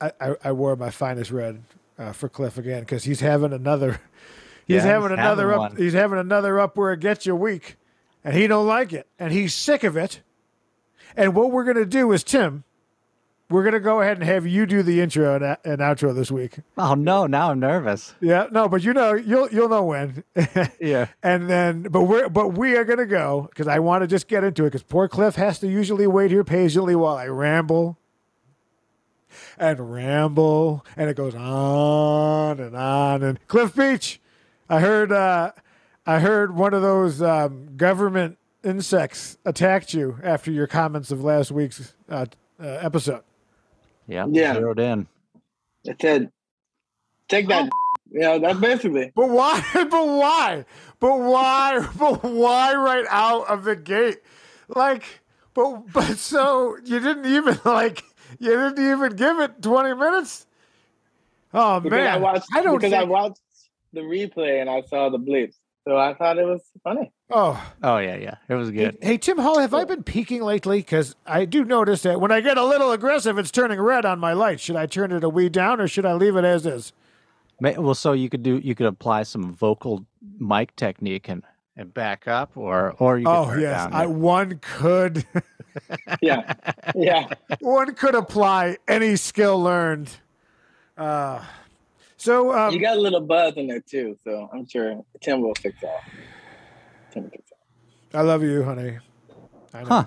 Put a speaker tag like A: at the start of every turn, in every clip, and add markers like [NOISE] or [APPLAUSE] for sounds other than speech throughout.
A: I, I, I wore my finest red uh, for Cliff again because he's having another. [LAUGHS] He's
B: Yeah,
A: having
B: he's
A: another
B: having
A: up.
B: one.
A: He's having another up where it gets you weak, and he don't like it, and he's sick of it. And what we're gonna do is Tim, we're gonna go ahead and have you do the intro and, and outro this week.
B: Oh no, now I'm nervous.
A: Yeah, no, but you know, you'll you'll know when. [LAUGHS]
B: Yeah.
A: And then, but we're but we are gonna go because I want to just get into it because poor Cliff has to usually wait here patiently while I ramble and ramble, and it goes on and on. And Cliff Beach, I heard uh, I heard one of those um, government insects attacked you after your comments of last week's uh, uh, episode.
B: Yeah.
C: Yeah.
B: Zeroed in.
C: I said, take that.
A: Oh.
C: Yeah, that's basically.
A: But why? [LAUGHS] But why? But why? [LAUGHS] But why right out of the gate? Like, but but so you didn't even [LAUGHS] like you didn't even give it twenty minutes. Oh
C: Because
A: man,
C: I watched
A: don't
C: because
A: think.
C: I watched the replay and I saw the blips. So I thought it was
A: [LAUGHS]
C: funny.
A: oh,
B: Oh yeah, yeah. It was
A: hey,
B: good.
A: hey, Tim Hall, have I been peaking lately? Because I do notice that when I get a little aggressive, it's turning red on my light. Should I turn it a wee down or should I leave it as is?
B: Ma- Well, so you could do you could apply some vocal mic technique and and back up, or or you. Could
A: Oh
B: turn it
A: yes,
B: down.
A: I one could
C: Yeah. yeah.
A: one could apply any skill learned. Uh, so um,
C: You got a little buzz in there too, so I'm sure Tim will fix that. Tim will fix that.
A: I love you, honey. I know.
B: Huh.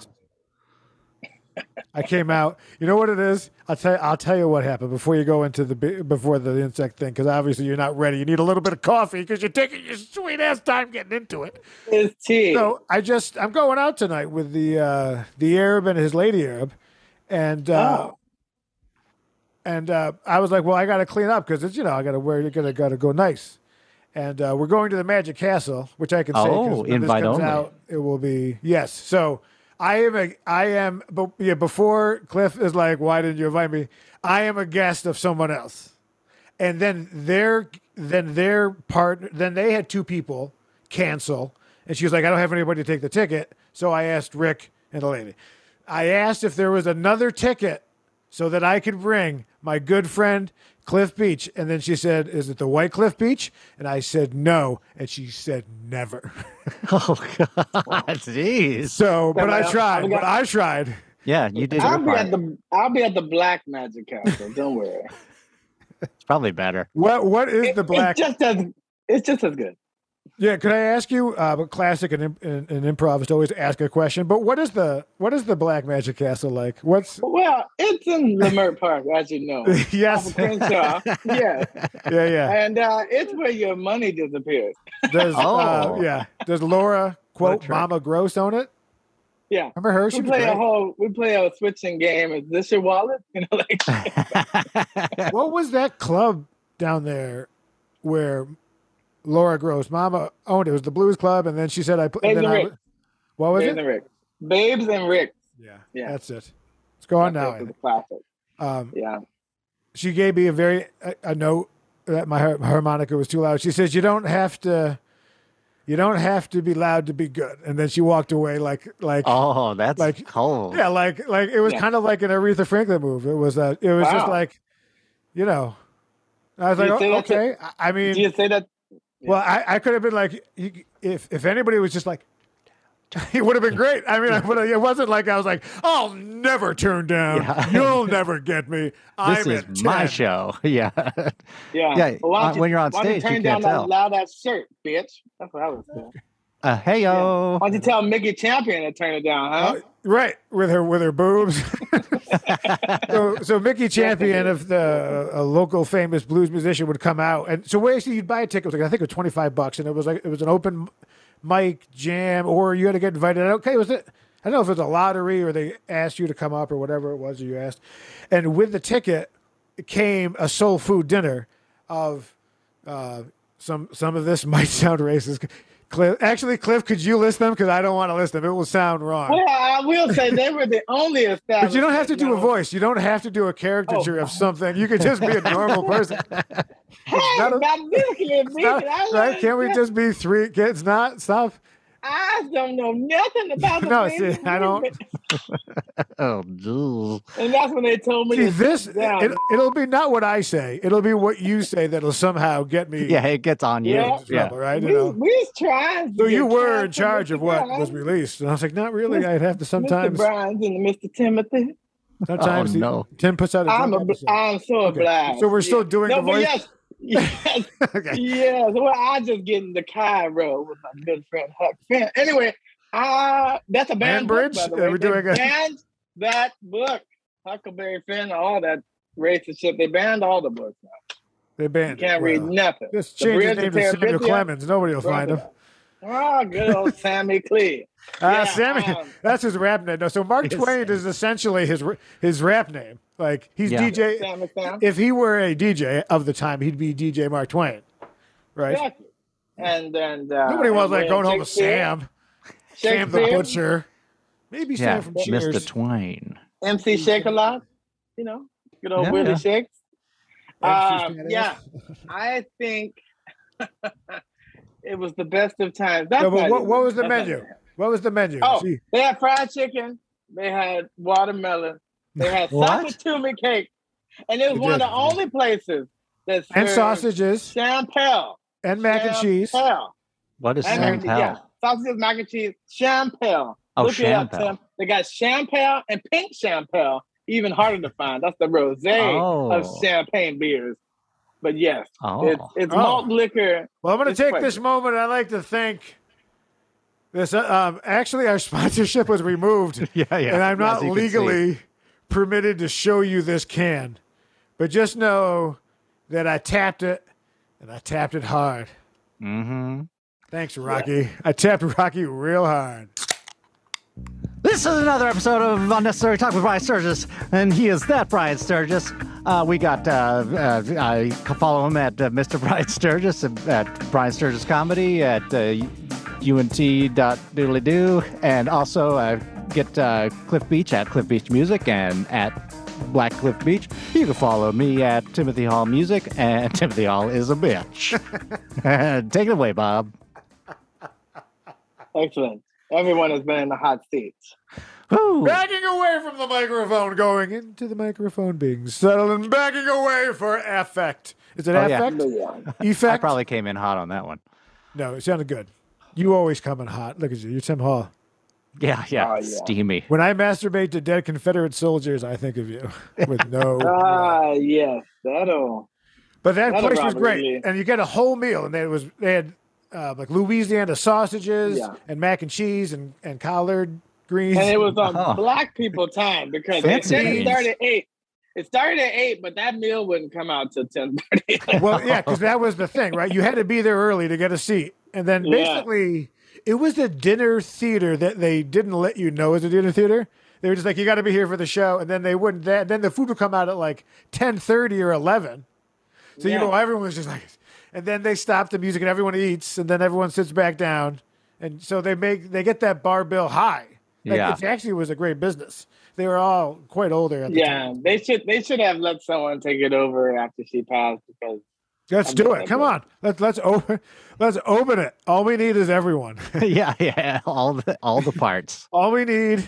A: I came out. You know what it is? I'll tell. I'll tell you what happened before you go into the bi- before the insect thing, because obviously you're not ready. You need a little bit of coffee because you're taking your sweet ass time getting into it.
C: It's T.
A: So I just I'm going out tonight with the uh, the Arab and his lady Arab, and uh,
C: Oh.
A: and uh, I was like, well, I got to clean up because it's you know I got to wear, you got to got to go nice, and uh, we're going to the Magic Castle, which I can say 'cause
B: Oh,
A: when this
B: invite
A: comes
B: only.
A: out, it will be yes. So I am a I am but yeah before Cliff is like, why didn't you invite me? I am a guest of someone else and then their then their partner then they had two people cancel and she was like i don't have anybody to take the ticket so i asked rick and the lady i asked if there was another ticket so that i could bring my good friend cliff beach and then she said is it the white cliff beach and i said no and she said never
B: [LAUGHS]
A: [LAUGHS]
B: Oh
C: [LAUGHS]
B: God, jeez.
A: so but
C: but
A: i
C: I-
A: tried
C: I
A: but
C: got-
A: i tried
B: Yeah, you did. your
C: I'll be
B: part.
C: at the I'll be at the black
A: [LAUGHS]
C: magic castle. Don't worry.
B: It's probably better.
A: what what is the
C: It-
A: black
C: It's just as it's just as good.
A: yeah could i ask you uh but classic and, im- and, and improv is to always ask a question but what is the what is the black magic castle like what's [LAUGHS]
C: Well, it's in Lemert Park, as you know.
A: yes.
C: Oh, Crenshaw. Yeah.
A: Yeah, yeah.
C: And uh, it's where your money disappears.
A: Does uh,
B: Oh.
A: yeah. Does Laura
B: What a
A: quote
B: trick.
A: Mama Gross own it?
C: Yeah.
A: Remember her? She
C: We
A: was
C: play a
A: great.
C: whole we play a switching game. Is this your wallet? [LAUGHS] You know, like
A: What was that club down there where Laura Gross Mama owned it? It was the Blues Club, and then she said I. pl-
C: Babes
A: then
C: and
A: I
C: Rick.
A: what was
C: Babes
A: it?
C: and Rick. Babes and Rick.
A: Yeah,
C: Yeah.
A: that's it. It's gone
C: That's
A: now. Oh, I
C: it,
A: think.
C: the classic.
A: Um,
C: Yeah.
A: she gave me a very a, a note that my har- harmonica was too loud. She says you don't have to, you don't have to be loud to be good. And then she walked away like like
B: oh, that's
A: Like-
B: cold.
A: Yeah, like like it was
C: Yeah.
A: kind of like an Aretha Franklin move. It was uh, it was just
C: Wow.
A: like, you know, I was
C: Do you
A: like,
C: think
A: oh,
C: that's a-
A: okay. I- I mean,
C: Do you say that?
A: well, I, I could have been like, you- if if anybody was just like, [LAUGHS] it would have been great. I mean, I would have, it wasn't like I was like, I'll never turn down.
B: Yeah.
A: You'll never get
C: [LAUGHS]
A: me.
B: This
A: I'm at
B: is my
A: 10."
B: show. [LAUGHS] Yeah.
C: Yeah.
B: Yeah,
C: Well, why
B: uh,
C: don't you-
B: when you're on
C: why don't
B: stage, you
C: turn
B: can't
C: down that
B: tell.
C: loud ass shirt, bitch. That's what I was doing.
B: Uh, hey yo.
C: Why don't you tell Mickey Champion to turn it down, huh?
A: Uh, right with her with her boobs. [LAUGHS] so, so Mickey Champion of the a local famous blues musician would come out, and so we actually you'd buy a ticket. It was like I think it was twenty five bucks, and it was like it was an open mic jam, or you had to get invited. Okay, was it? I don't know if it was a lottery or they asked you to come up or whatever it was you asked. And with the ticket came a soul food dinner of uh, some some of this [LAUGHS] might sound racist. Cliff, actually, Cliff, could you list them? Because I don't want to list them. It will sound wrong.
C: Well, I will say they were the only
A: [LAUGHS]
C: establishment.
A: But you don't have to do a
C: that-
A: voice. You don't have to do a
C: Oh.
A: caricature of something. You could just be a
C: [LAUGHS]
A: normal person,
C: Hey,
A: not a-
C: not this kid,
A: Stop, [LAUGHS]
C: Mickey. I
A: right?
C: like
A: Can't we
C: that.
A: just be three kids? Not stop.
C: I don't know nothing
A: [LAUGHS]
C: about the
A: No,
C: famous
A: see, I don't-
C: movement.
B: Oh, dude.
C: And that's when they told me
A: See, [LAUGHS]
C: to
A: this
C: sit down.
A: it, it'll be not what I say. It'll be what you say that'll somehow get me
B: Yeah, it gets on you.
C: Yeah.
B: Yeah.
A: in trouble, right? You
C: we,
A: know?
C: we was trying. to
A: So you
C: get
A: were in
C: Jonathan
A: charge of
C: Mr.
A: what
C: Grimes,
A: was released, and I was like, not really. I'd have to sometimes.
C: Mr. Grimes and Mr. Timothy.
B: Oh,
A: Sometimes the-
B: no.
A: Tim puts out a.
C: I'm,
A: drug
C: a,
A: episode.
C: I'm so
A: Okay.
C: obliged.
A: So we're still
C: Yeah.
A: doing
C: no,
A: the
C: but
A: voice. [LAUGHS]
C: Yes, yes,
A: okay.
C: yes. Well, I just get in the Cairo with my good friend Huck Finn. Anyway, uh, that's a banned book,
A: Bridge?
C: by the
A: Uh,
C: way.
A: we're
C: They
A: doing a-
C: banned that book, Huckleberry Finn, all that racist shit. They banned all the books. Now.
A: They
C: You
A: banned.
C: can't
A: it.
C: read
A: Wow.
C: nothing.
A: Just
C: The
A: change his
C: bridge
A: name
C: to
A: to Samuel
C: Terabithia.
A: Clemens. Nobody will
C: Brought
A: find
C: it
A: him.
C: up. Oh, good old Sammy Clee.
A: Ah,
C: Yeah,
A: Sammy.
C: um,
A: That's his rap name. No, so Mark
B: It is
A: Twain is essentially his r- his rap name. Like he's
B: Yeah.
A: DJ.
C: Sammy Sam.
A: If he were a DJ of the time, he'd be DJ Mark Twain, right?
C: Exactly. And and uh,
A: Nobody was
C: and
A: like
C: then
A: going home with
C: Shakespeare-
A: Sam, Sam the
C: Shakespeare,
A: butcher, maybe
B: Yeah,
A: Sam from
B: Mr.
A: Cheers.
B: Twain.
C: MC Shake a lot, you know, good old
B: Yeah,
C: Willie
B: yeah.
C: Shakes.
A: MC
C: Uh,
A: Spanish.
C: yeah, I think [LAUGHS] it was the best of times. That's
A: No, but
C: not
A: what,
C: even-
A: what was the
C: that's not
A: menu?
C: even-
A: What was the menu?
C: Oh.
A: See,
C: They had fried chicken. They had watermelon. They had
B: What?
C: sabatumi cake, and it was
A: They
C: one of
A: did,
C: the
A: yeah.
C: only places that
A: and
C: served
A: sausages
C: champel,
A: and mac and cheese.
C: champel.
B: What is
C: I
A: Sam
B: Sam
C: remember- yeah,
B: Pell?
C: sausages, mac and cheese, champel.
B: Oh,
C: Look it up,
B: Champel.
C: Tim. They got champel and pink champel, even harder to find. That's the rosé
B: Oh.
C: of champagne beers. But yes,
B: Oh.
C: it's, it's
A: Oh.
C: malt liquor.
A: Well, I'm going
C: It's
A: to take
C: quite
A: this moment. I'd like to thank this. uh, Um, actually, our [LAUGHS] sponsorship was removed,
B: [LAUGHS] yeah, yeah.
A: and I'm not
B: As you can see.
A: legally permitted to show you this can. But just know that I tapped it, and I tapped it hard.
B: Mhm.
A: Thanks, Rocky. I tapped [LAUGHS] Rocky real hard.
B: This is another episode of Unnecessary Talk with Brian Sturgis, and he is that Brian Sturgis. Uh, we got, uh, uh, I can follow him at uh, Mr. Brian Sturgis, [LAUGHS] at, at Brian Sturgis Comedy, at uh, unt.doodly-doo, and also uh, get uh, Cliff Beach at Cliff Beach Music and at Black Cliff Beach. You can follow me at Timothy Hall Music, and [LAUGHS] Timothy Hall is a [LAUGHS] bitch. Take it away, Bob.
C: Excellent. Everyone has been in the hot seat.
B: Whew.
A: Backing away from the microphone, going into the microphone, being settled, and backing away for affect. Is it
B: Oh, yeah.
A: affect?
C: Yeah.
B: [LAUGHS]
A: Effect?
B: I probably came in hot on that one.
A: No, it sounded good. You always come in hot. Look at you. You're Tim Hall.
B: Yeah, yeah.
C: Oh, yeah.
B: Steamy. [LAUGHS]
A: When I masturbate to dead Confederate solgiers, I think of you [LAUGHS] with no.
C: Ah, yes, that'll.
A: but that
C: that'll
A: place was
C: probably
A: great,
C: be-
A: and you get a whole meal, and it was they had uh, like Louisiana sausages
C: Yeah.
A: and mac and cheese and and collard greens.
C: And it was on
B: Oh.
C: black people time because it,
B: Fancy
C: it
B: names.
C: started at eight. It started at eight, but that meal wouldn't come out till ten thirty.
A: well, yeah, because that was the thing, right? You had to be there early to get a seat, and then
C: Yeah.
A: basically it was the dinner theater that they didn't let you know is a dinner theater. They were just like, you got to be here for the show, and then they wouldn't. That then the food would come out at like ten thirty or eleven, so you
C: Yeah.
A: know everyone was just like, and then they stop the music and everyone eats, and then everyone sits back down, and so they make they get that bar bill high. Like,
B: Yeah.
A: it actually was a great business. They were all quite older at the
C: yeah,
A: time.
C: they should they should have let someone take it over after she passed because
A: Let's
C: I'm
A: do
C: not
A: it.
C: that
A: Come
C: good.
A: on. Let's let's open let's open it. All we need is everyone.
B: yeah, yeah. All the all the parts.
A: All we need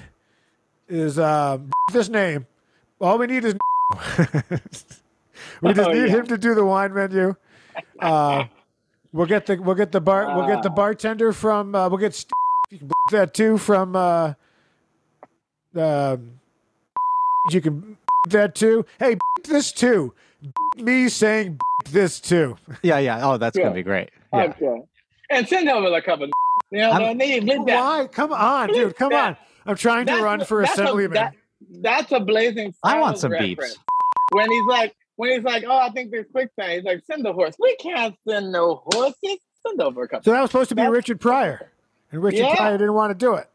A: is uh [LAUGHS] this name. All we need is [LAUGHS] We just
C: Oh,
A: need
C: yeah.
A: him to do the wine menu. Uh we'll get the we'll get the bar we'll get the
C: Ah.
A: bartender from uh we'll get Steve, [LAUGHS] you can that too from uh um you can [LAUGHS] that too. Hey, [LAUGHS] this too. Me saying [LAUGHS] this too.
B: Yeah, yeah. Oh, that's
C: Yeah. Um,
B: gonna be great. Yeah.
C: okay, and send over a couple. Of, [LAUGHS] you know,
B: I'm-
C: they did that.
A: Why? Come on, dude. Come on. I'm trying to run for
C: that's
A: assemblyman.
C: that- that's a blazing.
B: I want
C: Saddles
B: some
C: reference.
B: beeps.
C: When he's like, when he's like, oh, I think there's quick time. He's like, send the horse. We can't send no horses. Send over a couple.
A: so that was supposed to be
C: that's-
A: Richard Pryor, and Richard
C: Yeah.
A: Pryor didn't want to do it.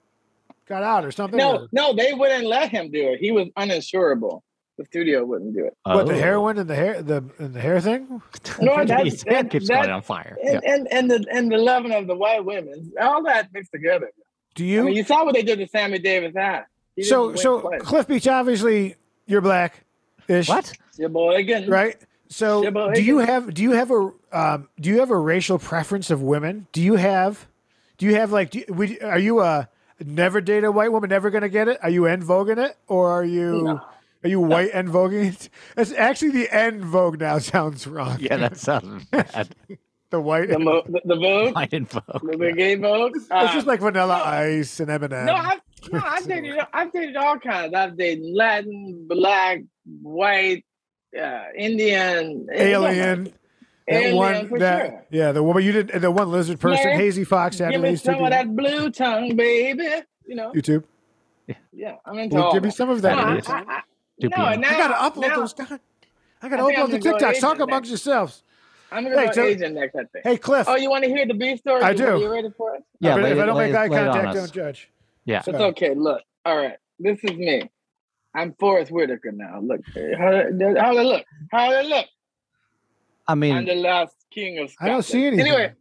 A: Got out or something.
C: No, no, they wouldn't let him do it. He was uninsurable. The studio wouldn't do it.
A: What the
B: Oh. [LAUGHS]
A: heroin and the hair the and the hair thing?
C: No,
B: His
C: that's-
B: head
C: that-
B: keeps
C: that-
B: going on fire.
C: And, and and the and the loving of the white women, all that mixed together.
A: Do
C: I
A: you?
C: mean, you saw what they did to Sammy Davis. Eye. He didn't
A: so
C: win
A: so
C: twice.
A: Cliff Beach, obviously you're black, ish,
B: yeah. What?
C: your boy again,
A: right? So
C: Yeah, but
A: do you
C: I-
A: have do you have a um, do you have a racial preference of women? Do you have do Do you have like? Do you, would, are you a never date a white woman, never gonna get it? Are you en voguing it, or are you?
C: No.
A: Are you white en voguing it? That's actually the en vogue now [LAUGHS] sounds wrong.
B: Yeah, that sounds bad.
A: The white.
C: The, mo- the, the Vogue,
B: White and Vogue.
C: the, the gay Vogue.
A: it's
C: Uh,
A: just like Vanilla Ice and Eminem.
C: no, I've,
A: [LAUGHS]
C: no, I've dated, I've dated all kinds. I've dated Latin, black, white, uh, Indian, it don't
A: Alien. That
C: Alien,
A: one.
C: for
A: that
C: sure.
A: yeah, the woman you did. The one lizard person,
C: Larry,
A: Hazy Fox.
C: matter. Give
A: Adam
C: me
A: Lee's
C: some
A: taking-
C: of that blue tongue, baby. You know,
A: YouTube.
C: yeah, I'm into
A: Well,
C: all
A: give me
C: of
A: some of
C: it. No,
A: that.
B: That
C: I,
B: is-
C: I, I,
B: to
C: no,
B: be-
C: and now,
A: I gotta upload
C: now,
A: those. Down. I gotta
C: I think
A: upload
C: I'm
A: the
C: gonna go
A: TikToks. Talk
C: Asian
A: amongst
C: next.
A: yourselves.
C: I'm gonna
A: Hey,
C: go
A: tell-
C: Asian next. I think.
A: Hey, Cliff.
C: Oh, you want to hear the B story?
A: I
C: You-
A: do.
C: You ready for it?
B: Yeah,
A: if,
B: lay
A: if
B: it-
A: I don't
B: lay
A: make
B: it-
A: eye
B: lay it on
A: contact,
B: us.
A: don't judge.
B: Yeah.
C: It's
A: Sorry.
C: okay. Look, all right. This is me. I'm Forrest Whitaker now. Look, how, how they look? How they look?
B: I
C: I'm
B: mean,
C: the last king of
A: I
C: Scotland.
A: don't see anything.
C: Anyway,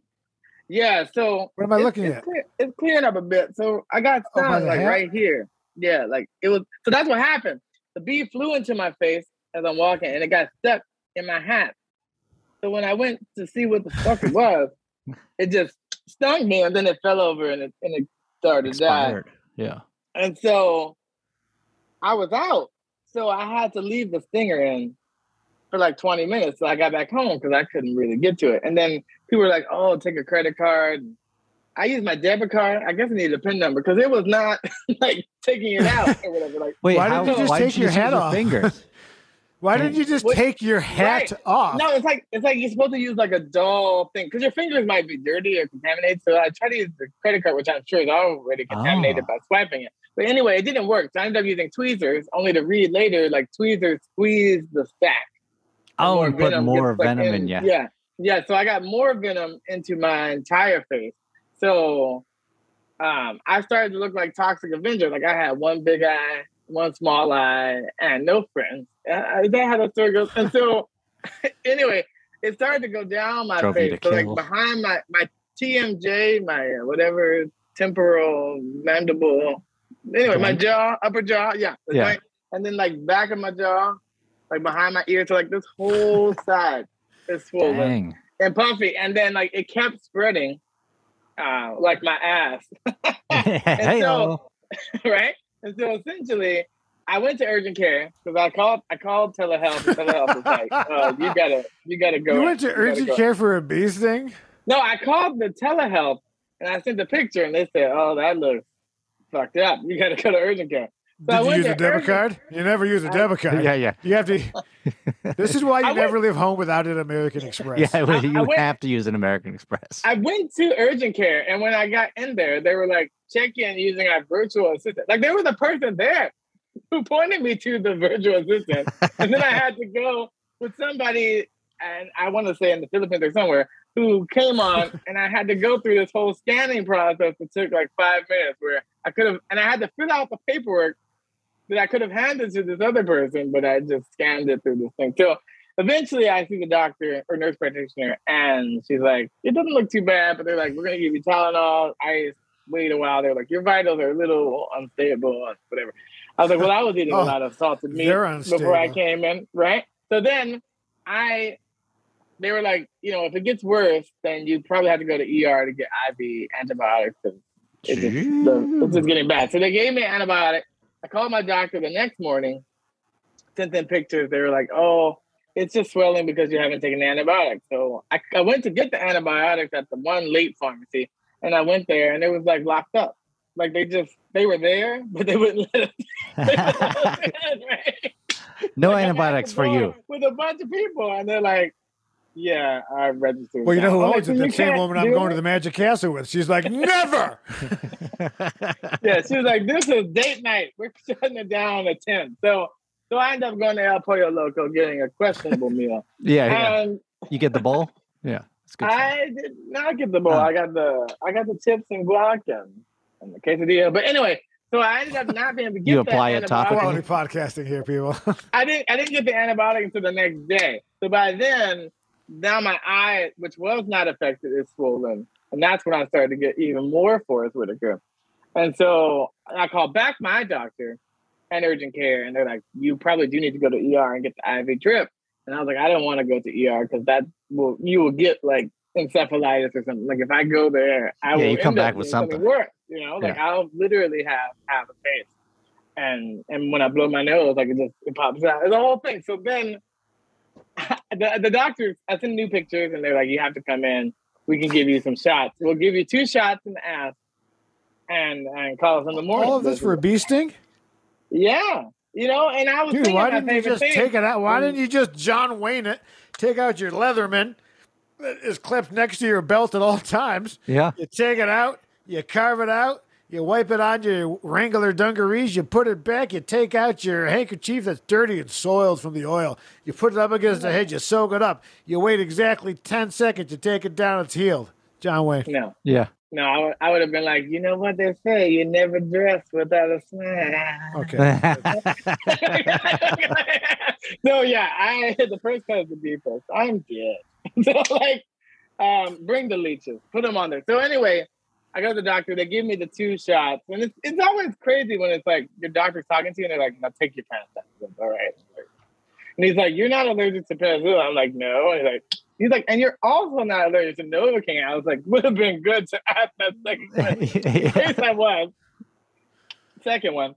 C: yeah. So
A: What am I
C: it's-
A: looking
C: it's
A: at?
C: Clear, it's clearing up a bit. So I got
A: Oh, by
C: stung
A: the
C: like
A: hat?
C: right here. Yeah, like it was. So that's what happened. The bee flew into my face as I'm walking, and it got stuck in my hat. So when I went to see what the
A: [LAUGHS]
C: fuck it was, it just stung me, and then it fell over, and it and it started to die.
B: expired. Yeah.
C: And so I was out. So I had to leave the stinger in for like 20 minutes. So I got back home because I couldn't really get to it. And then people were like, oh, take a credit card. I used my debit card. I guess I needed a PIN number because it was not [LAUGHS] like taking it out or whatever. Like,
B: Wait,
A: Why
B: how,
A: didn't you just
B: why
A: take
B: did you
A: your
B: just use
A: hat off?
B: Fingers.
A: Why didn't you just
C: Wait,
A: take your hat off?
C: no, it's like it's like you're supposed to use like a dull thing because your fingers might be dirty or contaminated. So I tried to use the credit card, which I'm sure is already contaminated
B: Ah.
C: by swiping it. But anyway, it didn't work. So I ended up using tweezers, only to read later like tweezers squeeze the sack.
B: Oh, and put
C: venom
B: more
C: gets stuck
B: venom in you.
C: Yeah, yeah. So I got more venom into my entire face. So um, I started to look like Toxic Avenger. Like I had one big eye, one small eye, and no friends. Uh, is that how the story [LAUGHS] goes? And so, anyway, it started to go down my
B: Drove you
C: face.
B: to
C: So like
B: kill.
C: behind my my TMJ, my uh, whatever temporal mandible. Anyway, my
B: Joint?
C: jaw, upper jaw, yeah, the
B: Yeah.
C: joint. and then like back of my jaw, like behind my ear, so like this
A: [LAUGHS]
C: whole side is swollen
B: Dang.
C: and puffy, and then like it kept spreading, uh, like my ass, [LAUGHS]
B: [LAUGHS] hey, oh.
C: right? And so essentially, I went to urgent care because I called. I called telehealth. and Telehealth
A: [LAUGHS]
C: was like, uh, "You gotta, you gotta go."
A: you
C: in.
A: went to
C: gotta
A: urgent
C: go.
A: care for a bees thing.
C: No, I called the telehealth and I sent the picture, and they said, "Oh, that looks fucked up. You gotta go to urgent care." So I
A: Did you
C: went
A: use
C: to
A: a debit
C: urgent-
A: card? You never use a
C: I-
A: debit card.
B: yeah, yeah,
A: You have to. this is why
C: I
A: you
C: went-
A: never leave home without an American Express.
B: yeah. [LAUGHS] well,
C: I- I
B: you
C: went-
B: have to use an American Express.
C: I went to urgent care, and when I got in there, they were like, check in using our virtual assistant. Like, there was a person there who pointed me to the virtual assistant. and then I had to go with somebody, and I want to say in the Philippines or somewhere, who came on, and I had to go through this whole scanning process that took like five minutes where I could have, and I had to fill out the paperwork that I could have handed to this other person, but I just scanned it through this thing. So eventually I see the doctor or nurse practitioner and she's like, it doesn't look too bad, but they're like, we're gonna give you Tylenol, ice, wait a while. They're like, your vitals are a little unstable, whatever. I was like, well, I was eating
A: Oh,
C: a lot of salted meat
A: they're
C: before I
A: unstable.
C: came in, right? So then I they were like, you know, if it gets worse, then you probably have to go to ER to get IV antibiotics and it just, the,
B: Mm-hmm.
C: it's just getting bad. So they gave me an antibiotic. I called my doctor the next morning, sent them pictures. They were like, oh, it's just swelling because you haven't taken the antibiotic. So I, I went to get the antibiotics at the one late pharmacy and I went there and it was like locked up. Like they just, they were there, [LAUGHS] but they wouldn't let us.
B: [LAUGHS]
C: they wouldn't let us in, right?
B: no
C: Like, I'm at the
B: antibiotics for you.
C: bar With a bunch of people, and they're like, "Yeah, I registered."
A: Well, you know who
C: now." I'm like,
A: owns it?
C: "You
A: The same
C: can't
A: woman
C: do
A: I'm going
C: it."
A: to the Magic Castle with. She's
C: [LAUGHS]
A: like, never.
C: Yeah, she was like, "This is date night. We're [LAUGHS] shutting it down at 10. So, so I end up going to El Pollo Loco, getting a
B: [LAUGHS]
C: questionable meal,
B: [LAUGHS] Yeah, yeah.
C: and
B: You get the bowl. Yeah, it's good. stuff.
C: I did not get the bowl.
B: Oh.
C: I got the I got the chips and guac and, and the quesadilla. But anyway, so I ended up not being able to get
B: You
C: that
B: apply a
C: antibiotic.
B: topical
A: Quality podcasting here,
C: [LAUGHS]
A: people.
C: I didn't I didn't get the antibiotic until the next day. So by then, now my eye, which was not affected, is swollen. And that's when I started to get even more Forrest Whitaker. And so I called back my doctor and urgent care, and they're like, "You probably do need to E go E to ER and get the IV drip." And I was like, "I don't want to go to ER because that will you will get like encephalitis or something. Like if I go there,
B: Yeah,
C: I will
B: you come
C: end up
B: back with
C: doing something
B: something.
C: worse. You know, like I'll literally have have a face, and and when I blow my nose, like it just it pops out. It's a whole thing. So then, the the doctors, I send new pictures, and they're like, you have to come in. We can give you some shots. We'll give you two shots in the ass, and and call us in the morning.
A: All of this for a bee sting?
C: yeah, you know. And I was
A: Dude,
C: thinking
A: why
C: my
A: didn't you
C: favorite
A: just
C: thing. Mm.
A: take it out? Why didn't you just John Wayne it? Take out your Leatherman that is clipped next to your belt at all times.
B: Yeah.
A: You take it out, you carve it out, you wipe it on your Wrangler dungarees, you put it back, you take out your handkerchief that's dirty and soiled from the oil, you put it up against the head, you soak it up, you wait exactly 10 seconds, you take it down, it's healed. John Wayne.
C: [LAUGHS] No,
B: [LAUGHS] Yeah.
C: no, I would- I would have been like, you know what they say, you never dress without a smile.
A: Okay.
C: [LAUGHS] no, yeah, I the first time the defense. I'm dead. [LAUGHS] so like, um, bring the leeches, put them on there. So anyway, I go to the doctor. They give me the two shots, and it's, it's always crazy when it's like your doctor's talking to you and they're like, "Now take your paracetamol." All right. And he's like, "You're not allergic to penicillin." I'm like, "No." And he's like, "He's like, and you're also not allergic to Novocaine." I was like, "Would have been good to ask that second question." Yes, I was. Second one.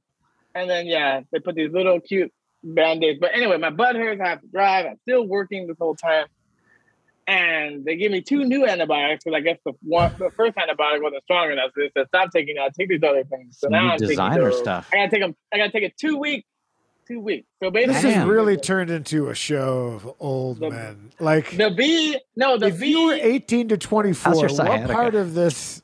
C: And then, yeah, they put these little cute band aids. But anyway, my butt hurts. I have to drive. I'm still working this whole time. And they give me two new antibiotics because I guess the one, the first antibiotic wasn't strong enough. So they said, stop taking that, take these other things. So
B: Some
C: now
B: new
C: I'm taking
B: designer
C: those.
B: stuff.
C: I gotta take them, I gotta take it two weeks. Two weeks. So basically,
A: This has
B: Damn.
A: really turned into a show of old
C: The-
A: men. Like,
C: the B, no, the
A: if
C: B.
A: you were 18 to 24,
B: How's your
A: what
B: sciatica?
A: part of this?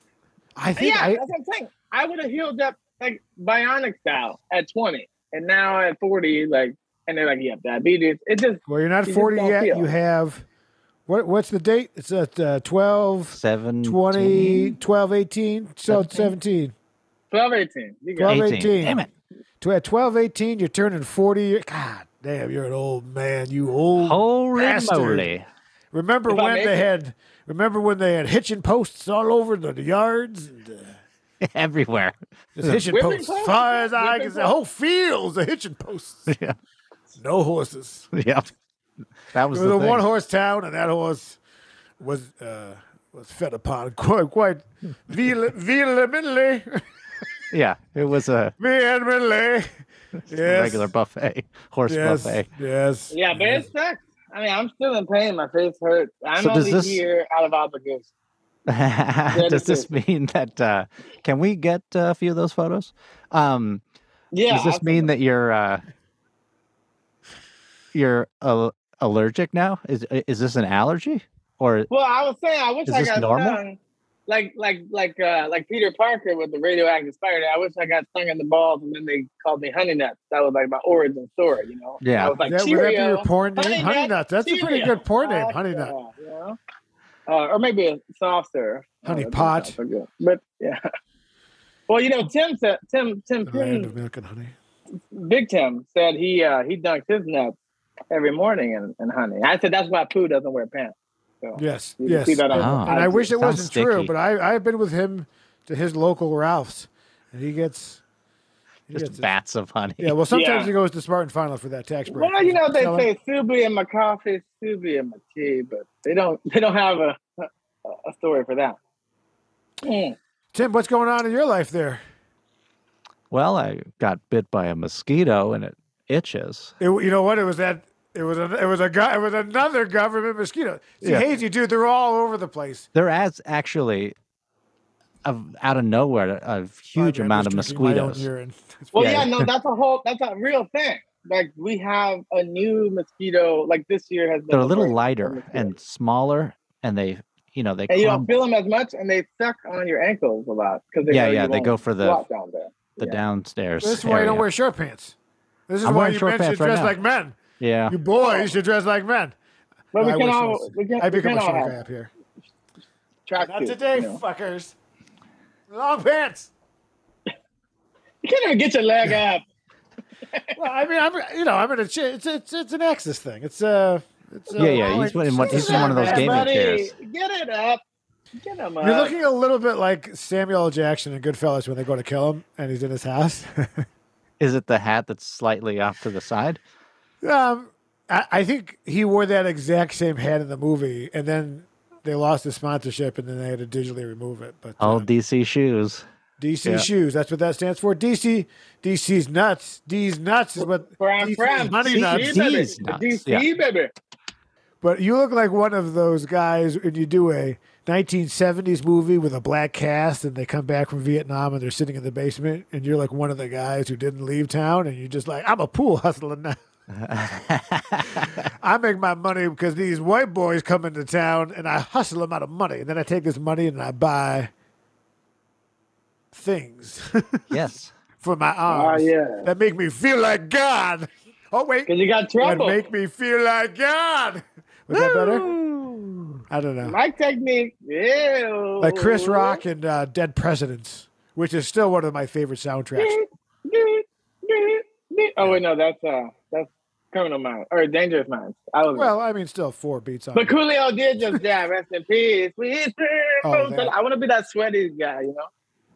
A: I think
C: yeah,
A: I,
C: that's what I'm saying. I would have healed up like bionic style at 20, and now at 40, like, and they're like, "Yep, diabetes." It just
A: well, you're not
C: You just
A: 40
C: don't
A: yet.
C: feel.
A: You have, what? what's the date? It's at uh, 12,
B: [LAUGHS] Seven.
A: 20, 12, 18, so it's 17.
C: 12, 18. You got
A: Well,
C: it.
A: 18.
B: Damn it.
A: Tw- At 12, 18, you're turning 40. You're- God damn, you're an old man. You old.
B: Holy
A: Bastard.
B: moly. [LAUGHS]
A: remember
C: If I
A: when
C: make
A: they
C: it.
A: had, remember when they had hitching posts all over the yards? And, uh,
B: Everywhere.
A: Just hitching
C: Whipping
A: posts.
C: posts?
A: far as I
C: Whipping
A: can see, the whole field's a hitching posts.
B: [LAUGHS] Yeah.
A: No horses.
B: Yep. That was
A: It was
B: the
A: a
B: thing.
A: one horse town, and that horse was uh, was fed upon quite quite vehe- vehemently,
B: Yeah. It was a
A: vehemently. Yes.
B: regular buffet, horse
A: yes,
B: buffet. [LAUGHS]
A: yes.
C: Yeah, but it sucks. I mean, I'm still in pain. My face hurts. I'm
B: So does
C: only
B: this-
C: here out of obligation.
B: Does
C: that's
B: this mean that uh, can we get uh, a few of those photos? Um,
C: Yeah.
B: Does this mean
C: absolutely.
B: that you're uh, you're al- allergic now? Is is this an allergy or
C: Well, I was saying, I wish
B: Is
C: I
B: this
C: got
B: normal?
C: stung. Like, like, like, uh, like Peter Parker with the radioactive spider. I wish I got stung in the balls, and then they called me honey nuts. That was like my origin story, you know.
B: Yeah.
C: I was like,
A: that, would that be
C: Cheerio.
A: your porn name?
C: Honey
A: Honey
C: Nut,
A: Nuts. That's a pretty
C: Cheerio. Oh,
A: good porn name,
C: Soft
A: Honey Nut.
C: serve, you know? Uh, or maybe a soft serve.
A: Honey
C: Uh, that's
A: pot.
C: not so good. But yeah. [LAUGHS] Well, you know, Tim said Tim Tim
A: The land of
C: Tim
A: milk and honey.
C: Big Tim said he uh, he dunks his nuts every morning in, in honey. I said that's why Pooh doesn't wear pants. So
A: Yes,
C: you can
A: yes.
C: see that on-
B: Ah.
A: and I wish it
B: Sounds
A: wasn't true,
B: sticky.
A: but I I've been with him to his local Ralph's, and he gets. He
B: just
A: gets it.
B: bats of honey?
A: Yeah, well, sometimes
C: Yeah.
A: he goes to Spartan Final for that tax break.
C: Well, you know they
A: Tell him.
C: say Subi in my coffee, Subi in my tea, but they don't [LAUGHS] they don't have a a, a story for that. Mm.
A: Tim, what's going on in your life there?
B: Well, I got bit by a mosquito and it itches.
A: It, you know what? It was that. It was a. It was a. go- It was another government mosquito. See,
B: Yeah.
A: hazy dude, they're all over the place.
B: There is actually of out of nowhere a huge
A: Sorry, man,
B: amount
A: I'm
B: of
A: just drinking my own
B: mosquitoes.
A: urine. [LAUGHS]
C: Well,
B: Yeah.
C: yeah, no, that's a whole that's a real thing. Like we have a new mosquito. Like this year has been
B: They're a
C: the
B: little
C: worst
B: lighter
C: mosquito.
B: and smaller, and they you know they
C: and you don't
B: clump
C: feel them as much, and they suck on your ankles a lot because they
B: Yeah,
C: know
B: yeah,
C: you
B: they
C: won't
B: go for the-
C: squat down there.
B: the
C: yeah.
B: downstairs.
A: This is why you don't
B: area.
A: wear short pants. This is
B: I'm
A: why
B: wearing
A: you
B: short
A: men should
B: pants right
A: dress
B: now.
A: like men.
B: Yeah,
A: You boys should dress like men.
C: But we
A: I
C: can
A: wish I
C: all
A: was-
C: we can,
A: I
C: we
A: become
C: can
A: a
C: all
A: short guy
C: have
A: up here.
C: track
A: Not today,
C: You, know.
A: fuckers. Long pants.
C: You can't even get your leg up.
A: Well, I mean, I'm you know, I'm in a. ch- It's it's it's an axis thing. It's uh. It's, uh,
B: Yeah, yeah, he's
A: like-
B: one in one- he's in
C: Get
B: one of those
C: up,
B: gaming
C: buddy.
B: chairs.
C: Get it up. Get him up.
A: You're looking a little bit like Samuel L. Jackson in Goodfellas when they go to kill him and he's in his house. [LAUGHS]
B: is it the hat that's slightly off to the side?
A: um, I, I think he wore that exact same hat in the movie, and then they lost the sponsorship and then they had to digitally remove it. But
B: All
A: uh,
B: DC shoes. [LAUGHS]
A: DC
B: Oh, yeah.
A: shoes, that's what that stands for. DC, DC's nuts. D's nuts is what.
C: From
A: DC's
C: from
A: honey nuts.
C: DC, baby.
B: These nuts,
C: DC,
B: yeah.
C: baby.
A: But you look like one of those guys when you do a 1970s movie with a black cast and they come back from Vietnam and they're sitting in the basement and you're like one of the guys who didn't leave town and you're just like, I'm a pool hustler now. I make my money because these white boys come into town and I hustle them out of money. And then I take this money and I buy things [LAUGHS]
B: yes.
A: for my
C: Oh,
A: arms
C: yeah.
A: that make me feel like God. Oh, wait.
C: Because you got
A: That
C: trouble.
A: make me feel like God. Was that better? I don't know.
C: My technique. Ew.
A: Like Chris Rock and uh, Dead Presidents, which is still one of my favorite soundtracks.
C: Oh wait, no, that's uh, that's Criminal Minds or Dangerous Minds. I was
A: Well, I mean, still four beats on.
C: But
A: it.
C: Coolio did just die. Rest in peace. We hit him.
A: Oh, that-
C: I want to be that sweaty guy, you know,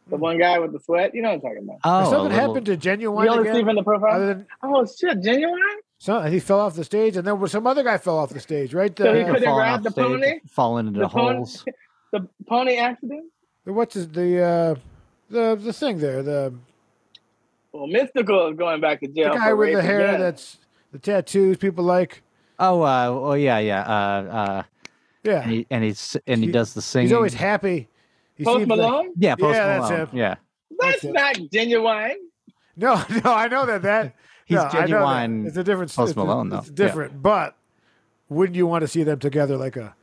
C: the one guy with the sweat. You know what I'm talking about.
B: Oh,
A: Has
B: a
A: something
B: little-
A: happened to
C: You
A: Genuine
C: only see
A: again?
C: him in the profile.
A: Other than
C: oh shit, genuine.
A: so, he fell off the stage, and then some other guy fell off the stage, right?
C: So he
A: Uh,
C: couldn't
B: falling
C: ride
B: off
C: the
B: stage,
C: pony?
B: Falling into
C: The pony?
B: holes.
C: The pony accident.
A: what's his, the uh, the the thing there? The,
C: Well, mystical is going back to
A: the
C: jail.
A: guy
C: for
A: with the
C: rape
A: hair
C: again.
A: that's the tattoos people like.
B: Oh, uh, oh yeah, yeah. Uh, uh, and,
A: Yeah,
B: he, and he's and he
A: He-
B: does the singing.
A: he's always happy. He
C: Post
A: seems like-
C: Malone.
B: yeah, Post
A: Yeah, that's
B: Malone.
A: him.
B: Yeah,
C: That's
A: That's it.
C: not genuine.
A: no, [LAUGHS] no, I know that that
B: [LAUGHS] he's
A: No, I know that.
B: genuine.
A: It's a different
B: Post
A: it's a-
B: Malone, though.
A: It's different, but wouldn't you want to see them together like a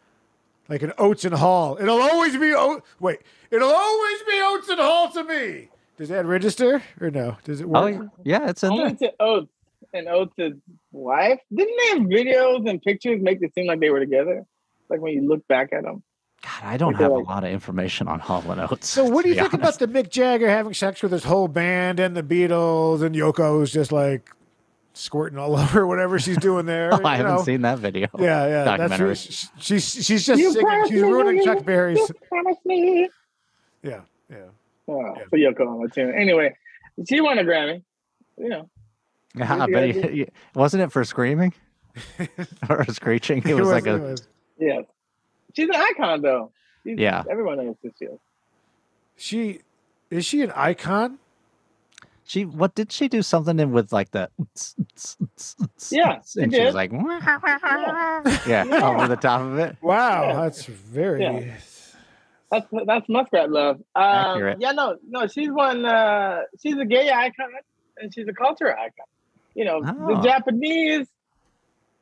A: like an Oates and Hall? It'll always be o- wait. It'll always be Oates and Hall to me. Does that register or no? Does it
B: Oh
A: work?
B: yeah, it's in
C: Only
B: there.
C: to oh, Oates and Oates' wife. Didn't they have videos and pictures make it seem like they were together? Like when you look back at them.
B: God, I don't
C: Like,
B: have a
C: like-
B: lot of information on Hall and Oates.
A: So what do you
B: to be
A: think about the Mick Jagger having sex with his whole band and the Beatles and Yoko's just like squirting all [LAUGHS] over whatever she's doing there?
B: honest. [LAUGHS] Oh, I
A: you
B: haven't
A: know?
B: seen that video.
A: Yeah, yeah, that's
B: documentary.
A: who- she- she's she's just
C: You
A: singing.
C: promised
A: She's
C: me,
A: ruining
C: you-
A: Chuck Berry's.
C: You promised me.
A: Yeah, [LAUGHS] yeah.
C: Oh,
A: Yeah.
C: for Yoko Ono too. Anyway, she won a Grammy. You know,
B: [LAUGHS] Yeah, I bet he- he- wasn't it for screaming
A: [LAUGHS]
B: or screeching? It was like
A: was-
B: a
A: was-
C: yeah, she's an icon though. She's,
B: Yeah.
C: everyone knows this year.
A: She is she an icon?
B: she. What did she do something in with like the?
C: Yeah,
B: [LAUGHS]
C: she
B: and she was
C: did.
B: like,
C: [LAUGHS] Yeah.
B: yeah,
C: Yeah.
B: over the top of it.
A: Wow,
C: Yeah.
A: that's very
C: Yeah. That's that's muskrat love. Um,
B: Accurate.
C: yeah, no, no, she's one. Uh, she's a gay icon and she's a culture icon. You know,
B: Oh.
C: the Japanese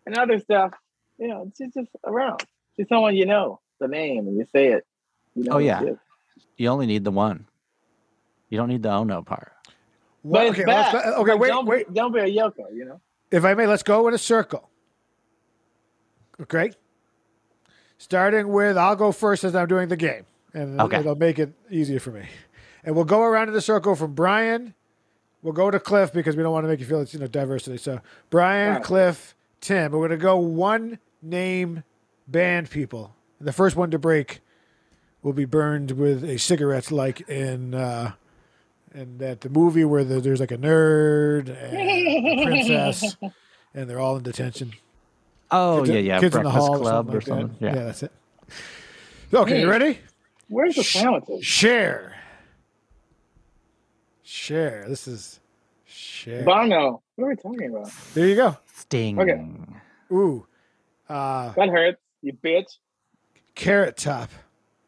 C: and other stuff. You know, she's just around. She's someone you know the name and you say it. You know
B: Oh,
C: who
B: yeah.
C: she is.
B: You only need the one. You don't need the oh no part.
A: Well,
C: But
A: okay,
C: it's
A: let's
C: bad.
A: go- okay,
C: But
A: wait,
C: don't, be-
A: wait.
C: Don't be a Yoko. You know.
A: If I may, let's go in a circle. Okay. Starting with I'll go first as I'm doing the game. And
B: Okay.
A: it'll make it easier for me. And we'll go around in the circle from Brian. We'll go to Cliff because we don't want to make you feel it's you know diversity. So Brian,
C: Right.
A: Cliff, Tim. We're gonna go one name band people. And the first one to break will be burned with a cigarette like in uh in that the movie where the, there's like a nerd and a princess and they're all in detention.
B: Oh
A: Kids-
B: yeah, yeah,
A: Kids in the
B: Breakfast
A: hall
B: Club
A: or
B: or
A: something. like
B: something.
A: that.
B: Yeah.
A: yeah, that's it. Okay, you ready?
C: Where's the sandwiches?
A: Share. Share. This is share.
C: Bono. What are we talking about?
A: There you go.
B: Sting.
A: Ooh. Uh
C: That hurts, you bitch.
A: carrot top.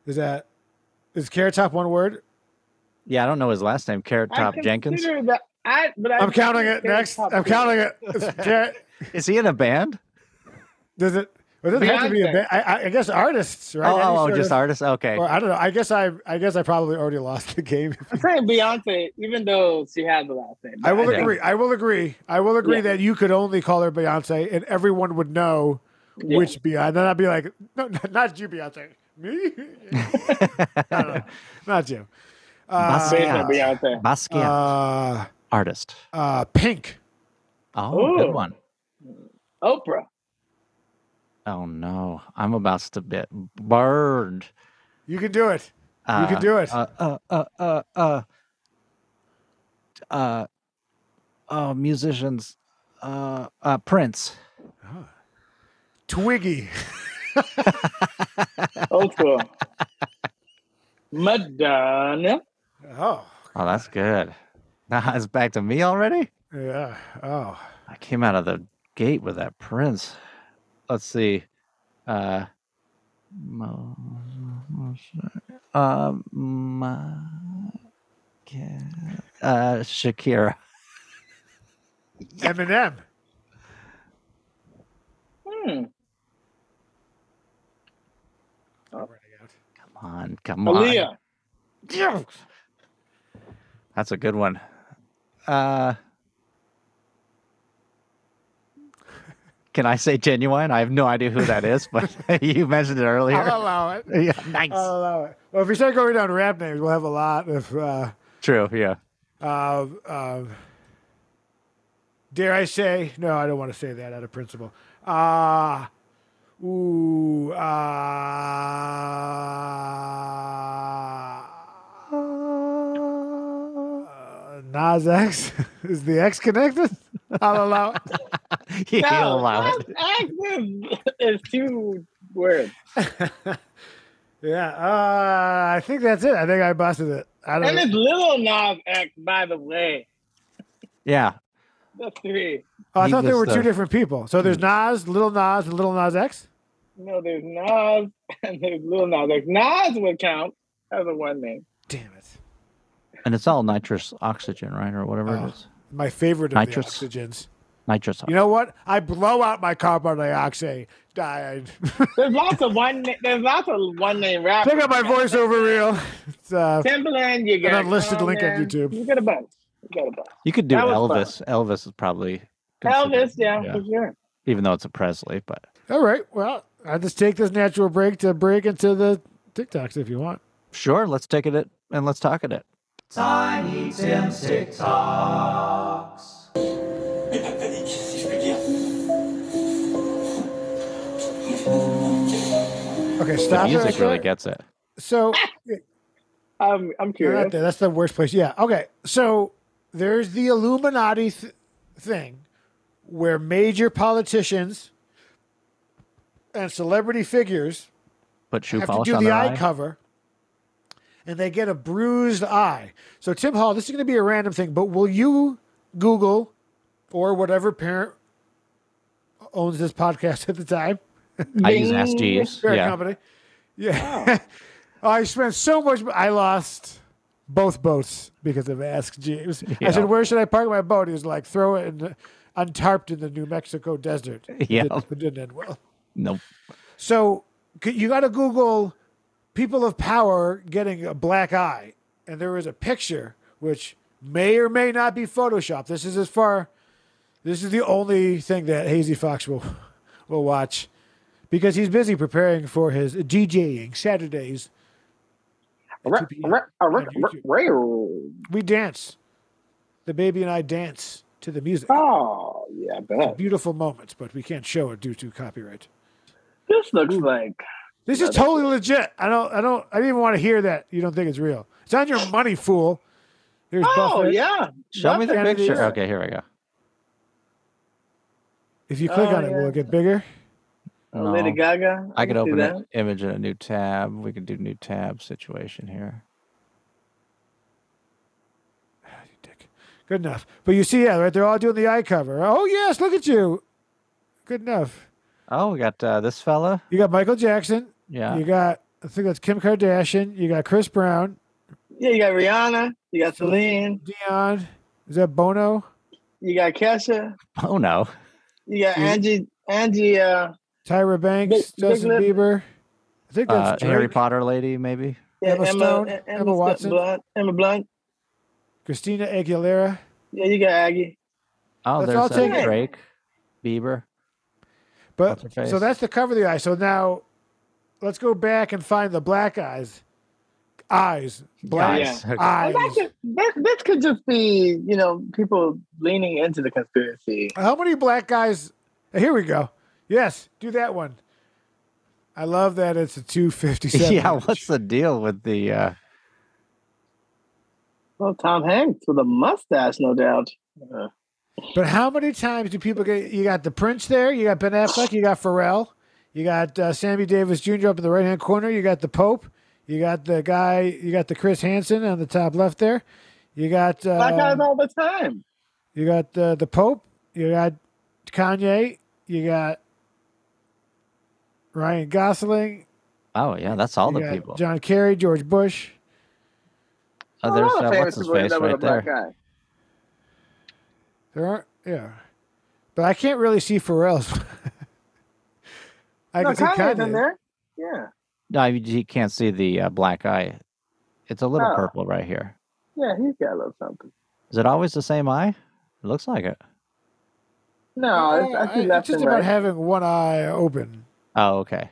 A: Is that is carrot top one word?
B: Yeah, I don't know his last name. Carrot
C: I
B: Top Jenkins.
C: consider That, I, but I
A: I'm counting it
C: consider
A: next.
C: top
A: I'm
C: three.
A: counting
C: [LAUGHS]
A: it. It's carrot.
B: Is he in a band?
A: Does it well, it doesn't have to be a
C: Beyonce.
A: ba- I, I- I guess artists, right?
B: Oh,
A: Any
B: oh, oh
A: sort
B: just
A: of-
B: artists. Okay.
A: Or I don't know. I guess I I guess I probably already lost the game. [LAUGHS]
C: I'm saying Beyonce, even though she has the last name.
A: I will
B: Yeah.
C: think-
A: agree. I will agree. I will agree
C: Yeah.
A: that you could only call her Beyonce, and everyone would know
C: yeah.
A: which Beyonce. Then I'd be like, no, no, not you, Beyonce. Me? [LAUGHS] I don't
B: [LAUGHS]
A: know. Not you.
C: Based
A: Uh,
B: Basquiat.
C: on
B: [LAUGHS]
C: Beyonce.
B: Basquiat.
A: uh,
B: Artist.
A: uh, pink.
B: Oh, good
C: Ooh.
B: one.
C: [LAUGHS] Oprah.
B: Oh no, I'm about to bit burned.
A: You can do it.
B: Uh,
A: can do it.
B: Uh, uh, uh, uh, uh, uh, oh, musicians. Uh, uh,
A: Oh.
B: Prince.
A: Twiggy.
C: Old school. Madonna.
A: Oh,
B: Oh, that's good. [LAUGHS] Now it's back to me already?
A: yeah. Oh,
B: I came out of the gate with that prince. Let's see. Uh, [LAUGHS] um, Mo- uh, Ma- Ga- uh, Shakira.
A: Eminem.
C: Hmm.
B: Come on, come on.
A: [LAUGHS]
C: Aaliyah.
B: That's a good one. Uh, can I say genuine? I have no idea who that is, but [LAUGHS] you mentioned it
A: I'll
B: earlier.
A: allow it.
B: [LAUGHS] Yeah, nice.
A: I'll allow it. Well, if we start going down rap names, we'll have a lot of. Uh,
B: True. Yeah. [LAUGHS]
A: uh, um, dare I say? No, I don't want to say that out of principle. Uh, ooh. Uh, uh, Nas X [LAUGHS] is the X connected? I'll allow it.
B: He'll
C: No,
B: allow it.
C: Axe is, is two words.
A: Yeah, uh, I think that's it. I think I busted it. I don't.
C: And it's Little Nas X, by the way.
B: Yeah.
C: That's three.
A: oh, I thought there
B: Needless Hmm.
A: were two
B: to-
A: different people. So there's Nas, Little Nas, and Little Nas X.
C: No, there's Nas [LAUGHS] and there's Lil Nas. Like Nas would count as a one name.
A: Damn it!
B: And it's all nitrous oxygen, right? Or whatever
A: Oh.
B: it is.
A: My favorite of
B: Nitrous.
A: the oxygens.
B: Nitrous
A: You know what? I blow out my carbon dioxide. [LAUGHS] Died.
C: There's lots of one. na- There's lots of one name rappers.
A: Check out my voiceover reel. It's, uh,
C: Timberland, you got
A: An unlisted link on
C: Common,
A: YouTube.
C: You got a bunch. You got a bunch.
B: You could do
C: That was fun.
B: Elvis. Elvis is probably
C: Elvis,
B: considered-
C: yeah, for sure.
B: Even though it's a Presley, but
A: all right. Well, I just take this natural break to break into the TikToks if you want.
B: sure, let's take it at- and let's talk at it. Tiny Tim's TikToks.
D: Mais pas de panique, si je peux dire.
A: Okay,
B: The
A: stop.
B: music
A: it.
B: really gets it.
A: So
C: I'm, I'm
A: They're not
C: curious.
A: there. That's the worst place. Yeah. Okay. So there's the Illuminati th- thing where major politicians and celebrity figures
B: Put shoe
A: have to
B: polish
A: do
B: on
A: the
B: their
A: eye,
B: eye.
A: cover and they get a bruised eye. So, Tim Hall, this is going to be a random thing, but will you Google or whatever parent owns this podcast at the time?
B: I use
C: Bing.
B: ass Jeeves.
A: Parent
B: Yeah.
A: company. Yeah. [LAUGHS] I spent so much. I lost both boats because of Ask Jeeves. I
B: Yeah.
A: said, "Where should I park my boat?" He was like, "Throw it in, the- untarped in the New Mexico desert." It
B: [LAUGHS] Yeah.
A: didn't- it didn't end well.
B: Nope.
A: So c- you got to Google people of power getting a black eye, and there is a picture which may or may not be Photoshop. This is as far. This is the only thing that Hazy Fox will will watch because he's busy preparing for his DJing Saturdays.
C: Ra- ra- ra- ra- ra- ra-
A: We dance. The baby and I dance to the music.
C: Oh, yeah, I bet.
A: Beautiful moments, but we can't show it due to copyright.
C: This looks like
A: This is totally legit. I don't. I don't. I didn't even want to hear that. You don't think it's real? It's on your money, fool. Here's
C: Oh
A: Buffett.
C: yeah.
B: Show me the
A: Buffett
B: picture.
A: is-
B: Okay, here we go.
A: If you click
C: Oh,
A: on it, will
C: yeah.
A: it get bigger?
C: Oh, Lady
B: No.
C: Gaga.
B: I could
C: can see
B: open
C: that.
B: an image in a new tab. We could do new tab situation here.
A: Dick. Good enough. But you see, yeah, right? They're all doing the eye cover. Oh yes, look at you. Good enough.
B: Oh, we got uh, this fella.
A: You got Michael Jackson.
B: Yeah.
A: You got. I think that's Kim Kardashian. You got Chris Brown.
C: Yeah, you got Rihanna. You got Celine.
A: Dion. Is that Bono?
C: You got Kesha.
B: [LAUGHS] Oh no.
C: You got
A: Mhm.
C: Angie. Angie. Uh,
A: Tyra Banks.
C: Big- Big
A: Justin
C: Lip.
A: Bieber. I think
B: Uh,
A: that's
B: Harry
A: Drake.
B: Potter lady, maybe.
C: yeah,
A: Emma Stone,
C: Emma,
A: Emma Watson.
C: Blunt. Emma Blunt.
A: Christina Aguilera.
C: Yeah, you got Aggie.
B: Oh,
A: Let's all
B: there's
A: take
B: uh,
C: it.
B: Drake, Bieber.
A: But
B: What's her
A: so
B: face?
A: that's the cover of the eye. So now let's go back and find the black eyes. Eyes. Black
C: Eyes,
B: okay.
C: Well,
A: eyes.
C: that could, this, this could just be, you know, people leaning into the conspiracy.
A: How many black guys? Here we go. Yes, do that one. I love that it's a 257.
B: [LAUGHS] Yeah, what's the deal with the? Uh,
C: Well, Tom Hanks with a mustache, no doubt. Uh,
A: But how many times do people get? You got the Prince there, you got Ben Affleck, you got Pharrell, You got uh, Sammy Davis Jr. up in the right hand corner. You got the Pope. You got the guy. You got the Chris Hansen on the top left there. You got
C: Black guys
A: uh,
C: all the time.
A: you got uh, the Pope. You got Kanye. You got Ryan Gosling.
B: Oh yeah, that's all
A: you
B: the
A: got
B: people.
A: John Kerry, George Bush.
C: A
B: Oh, there's
C: lot of
B: uh, what's
C: famous
B: his
C: people end
B: face
C: up with a
B: right
C: black
B: there.
C: guy.
A: There aren't. Yeah, but I can't really see Pharrell's. [LAUGHS] I
C: no,
A: can see
C: Kanye's
A: Kanye.
C: in there. Yeah,
B: No, you, you can't see the uh, black eye. It's a little
C: No.
B: purple right here.
C: yeah, he's got a little something.
B: Is it always the same eye? It looks like it.
C: No, it's,
A: Uh,
C: I see
A: I- it's
C: left
A: just
C: and
A: about
C: right.
A: having one eye open,
B: Oh, okay.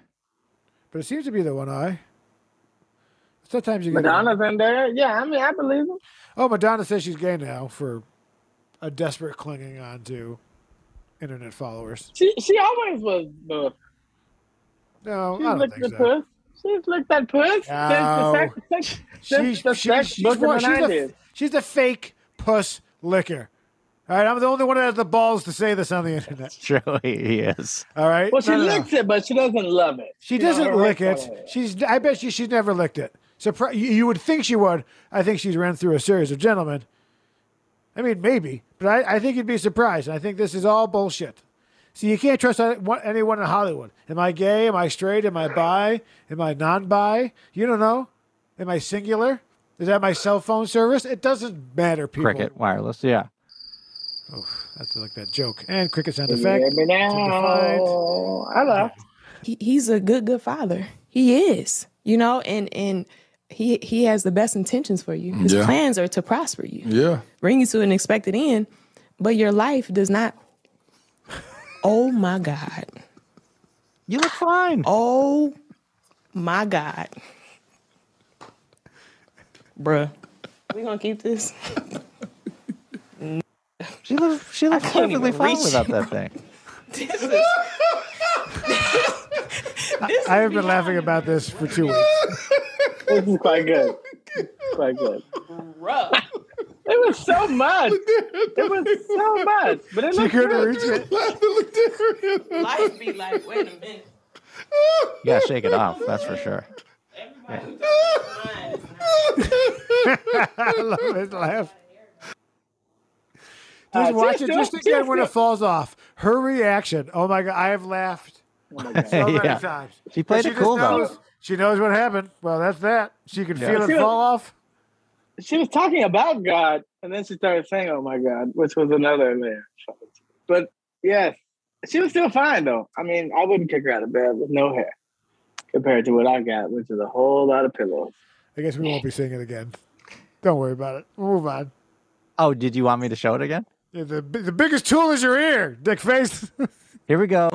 A: but it seems to be the one eye. Sometimes you get
C: Madonna's in there. Yeah, I mean, I believe him.
A: Oh, Madonna says she's gay now for a desperate clinging on to internet followers.
C: She she always was the.
A: No,
C: She's
A: I don't
C: licked
A: think
C: the
A: so.
C: puss. She's licked that puss
A: No.
C: since the sex. sex
A: She,
C: since
A: she,
C: the sex
A: she's,
C: book in
A: one-
C: the
A: she's, the,
C: 90s.
A: she's the fake puss licker. All right, I'm the only one that has the balls to say this on the internet.
B: It's [LAUGHS] true. He is.
A: All right.
C: well, she
A: No, no, no.
C: licks it, but she doesn't love it.
A: She
C: You know, uh,
A: doesn't
C: her
A: lick
C: rate's not
A: it.
C: high.
A: She's. I bet you she's never licked it. Surpri- you, you would think she would. I think she's ran through a series of gentlemen. I mean, maybe, but I, I think you'd be surprised. I think this is all bullshit. See, you can't trust any- one- anyone in Hollywood. Am I gay? Am I straight? Am I bi? Am I non-bi? You don't know. Am I singular? Is that my cell phone service? It doesn't matter, people.
B: Cricket wireless. Yeah.
A: That's like that joke. And cricket sound
C: Yeah,
A: effect.
C: but now, I love.
E: he, he's a good good father he is you know and and he he has the best intentions for you his
F: Yeah.
E: plans are to prosper you
F: Yeah.
E: bring you to an expected end but your life does not oh my god
B: You look fine.
E: oh my god bruh we gonna keep this [LAUGHS]
B: She looks. She looks
E: can't even
B: perfectly fine
E: reach
B: without
E: you.
B: that thing.
E: this is,
A: I have been laughing about this for two
C: [LAUGHS]
A: weeks.
C: This is quite good. Quite good. It was
A: [LAUGHS]
C: so much. It was so much. But it
A: She
C: looked
A: couldn't
C: good.
A: reach it. [LAUGHS]
E: life be like wait a minute
B: Yeah, shake it off. That's for sure.
A: I love his laugh.
C: Uh,
A: Just watch
C: just
A: it
C: do
A: Uh, just
C: it,
A: again
C: just
A: when
C: do
A: it
C: it.
A: falls off. Her reaction. Oh my god, I have laughed
C: Oh my God.
A: so many
B: [LAUGHS] Yeah.
A: times.
B: She played
A: She
B: it
A: just
B: cool though.
A: knows, She knows what happened. Well, that's that. She can
B: Yeah.
A: feel it
C: She-
A: fall off.
C: She was talking about God, and then she started saying, "Oh my God," which was another layer. But yes, she was still fine though. I mean, I wouldn't kick her out of bed with no hair compared to what I got, which is a whole lot of pillows.
A: I guess we won't be seeing it again. Don't worry about it. We'll move on.
B: Oh, did you want me to show it again?
A: Yeah, The, bi- the biggest tool is your ear, dick face. [LAUGHS]
B: Here we go.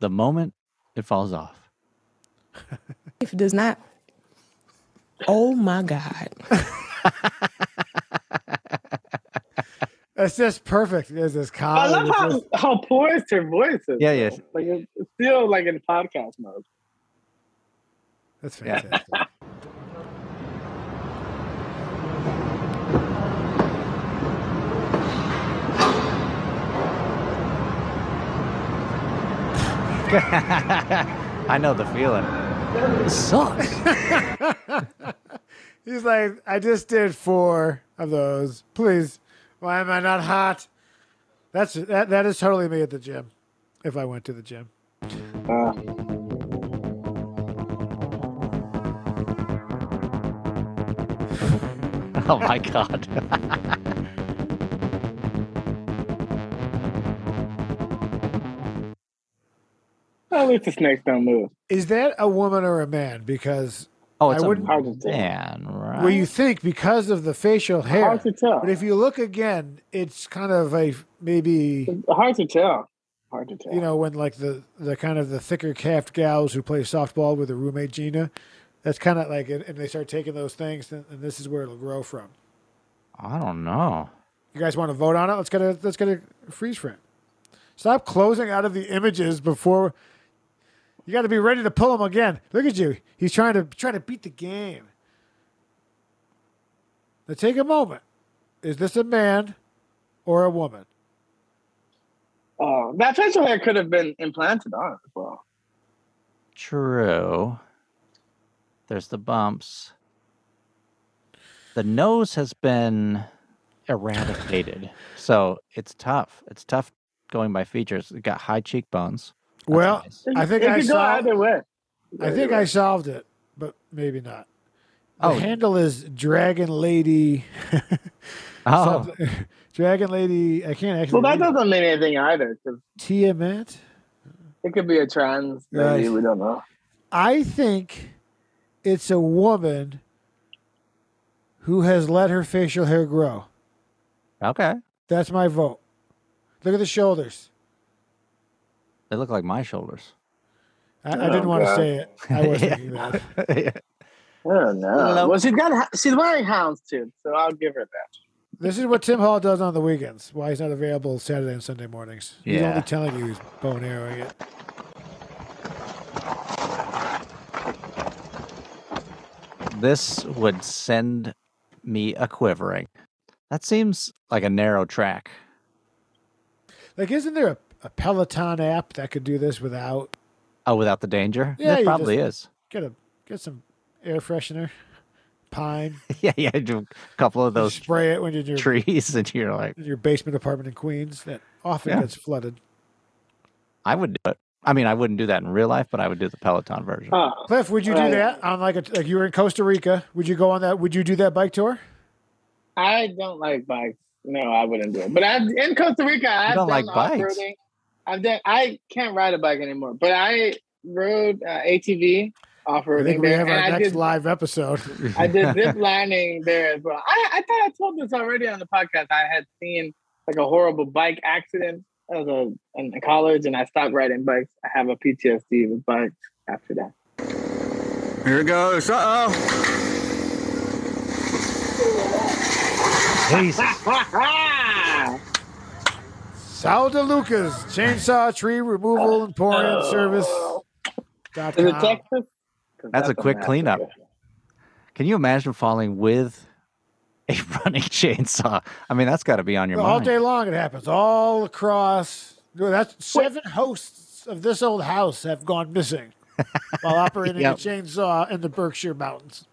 B: The moment it falls off.
E: life does not oh my god
A: That's just perfect. There's this calm.
C: I love
A: It's
C: how,
A: just-
C: how poised her voice is.
B: Yeah, yeah.
C: Like it's it's still like in podcast mode.
A: That's
B: Yeah.
A: fantastic.
B: I know the feeling. This sucks.
A: He's like, I just did four of those. Please, why am I not hot? That's that. That is totally me at the gym. If I went to the gym,
C: Uh,
B: [LAUGHS] oh my god.
C: at least the snakes don't move.
A: is that a woman or a man? Because
B: Oh, it's
A: I
B: a
A: wouldn't-
C: Hard to tell.
B: man, right?
A: well, you think because of the facial hair,
C: Hard to tell.
A: but if you look again, it's kind of a maybe
C: Hard to tell. Hard to tell.
A: you know when like the the kind of the thicker calfed gals who play softball with their roommate Gina. That's kind of like, and and they start taking those things, and and this is where it'll grow from.
B: I don't know.
A: You guys want to vote on it? Let's get a let's get a freeze frame. Stop closing out of the images before you got to be ready to pull him again. Look at you. He's trying to trying to beat the game. Now take a moment. Is this a man or a woman?
C: Uh, Oh, that facial hair could have been implanted on it as well.
B: True. There's the bumps. The nose has been eradicated. so it's tough. It's tough going by features. It got high cheekbones. That's
A: Well,
B: nice.
A: I think
C: it
A: I
C: could go
A: saw.
C: either way.
A: I think I solved it, but maybe not. The
B: Oh.
A: handle is Dragon Lady.
B: Oh,
A: something- [LAUGHS] Dragon Lady. I can't actually.
C: Well, that
A: read it.
C: doesn't mean anything either. 'cause
A: Tiamat.
C: It could be a trans. Maybe
A: Right.
C: we don't know.
A: I think it's a woman who has let her facial hair grow.
B: okay.
A: That's my vote. Look at the shoulders.
B: They look like my shoulders.
A: I, I
C: Oh,
A: didn't want to
C: God.
A: say it. I was
B: [LAUGHS]
A: thinking that.
C: Oh no.
B: Hello.
C: Well, she's got. h- She's wearing houndstooth, so I'll give her that.
A: This is what Tim Hall does on the weekends. Why he's not available Saturday and Sunday mornings. He's
B: Yeah.
A: only telling you he's bone arrowing it.
B: this would send me a quivering. That seems like a narrow track.
A: Like, isn't there a, a Peloton app that could do this without?
B: Oh, without the danger?
A: Yeah,
B: there
A: you
B: probably is.
A: Get a get some air freshener, pine.
B: [LAUGHS] yeah, yeah. do A couple
A: [LAUGHS]
B: of those
A: spray it when you're in your,
B: trees, and you're like,
A: in your basement apartment in Queens that often
B: Yeah.
A: gets flooded.
B: I would do it. I mean, I wouldn't do that in real life, but I would do the Peloton version.
A: Uh.
C: Oh,
A: Cliff, would you do
C: Right.
A: that on like a like you were in Costa Rica? Would you go on that? Would you do that bike tour?
C: I don't like bikes. No, I wouldn't do it. But I, in Costa Rica, I've
B: don't
C: done
B: like bikes?
C: off-roading. I've done. I can't ride a bike anymore, but I rode uh, ATV off
A: I
C: roading
A: think we
C: there,
A: have
C: and
A: our
C: I
A: next
C: did.
A: live episode.
C: I
B: [LAUGHS]
C: did zip lining there as well. I, I thought I told this already on the podcast. I had seen like a horrible bike accident as a in college, and I stopped riding bikes. I have a PTSD with bikes after that.
F: Here goes. Uh oh.
C: [LAUGHS]
B: Jesus.
A: Sal De Lucas, chainsaw tree removal and pouring service. dot
C: Is it
A: com.
C: Texas? 'Cause
B: That's a
C: what
B: quick
C: happened.
B: cleanup. Can you imagine falling with a [LAUGHS] running chainsaw? I mean, that's got to be on your
A: All
B: mind.
A: day long it happens. All across. Well, That's seven hosts of this old house have gone
C: [LAUGHS]
A: missing while operating
B: Yep.
A: a chainsaw in the Berkshire Mountains.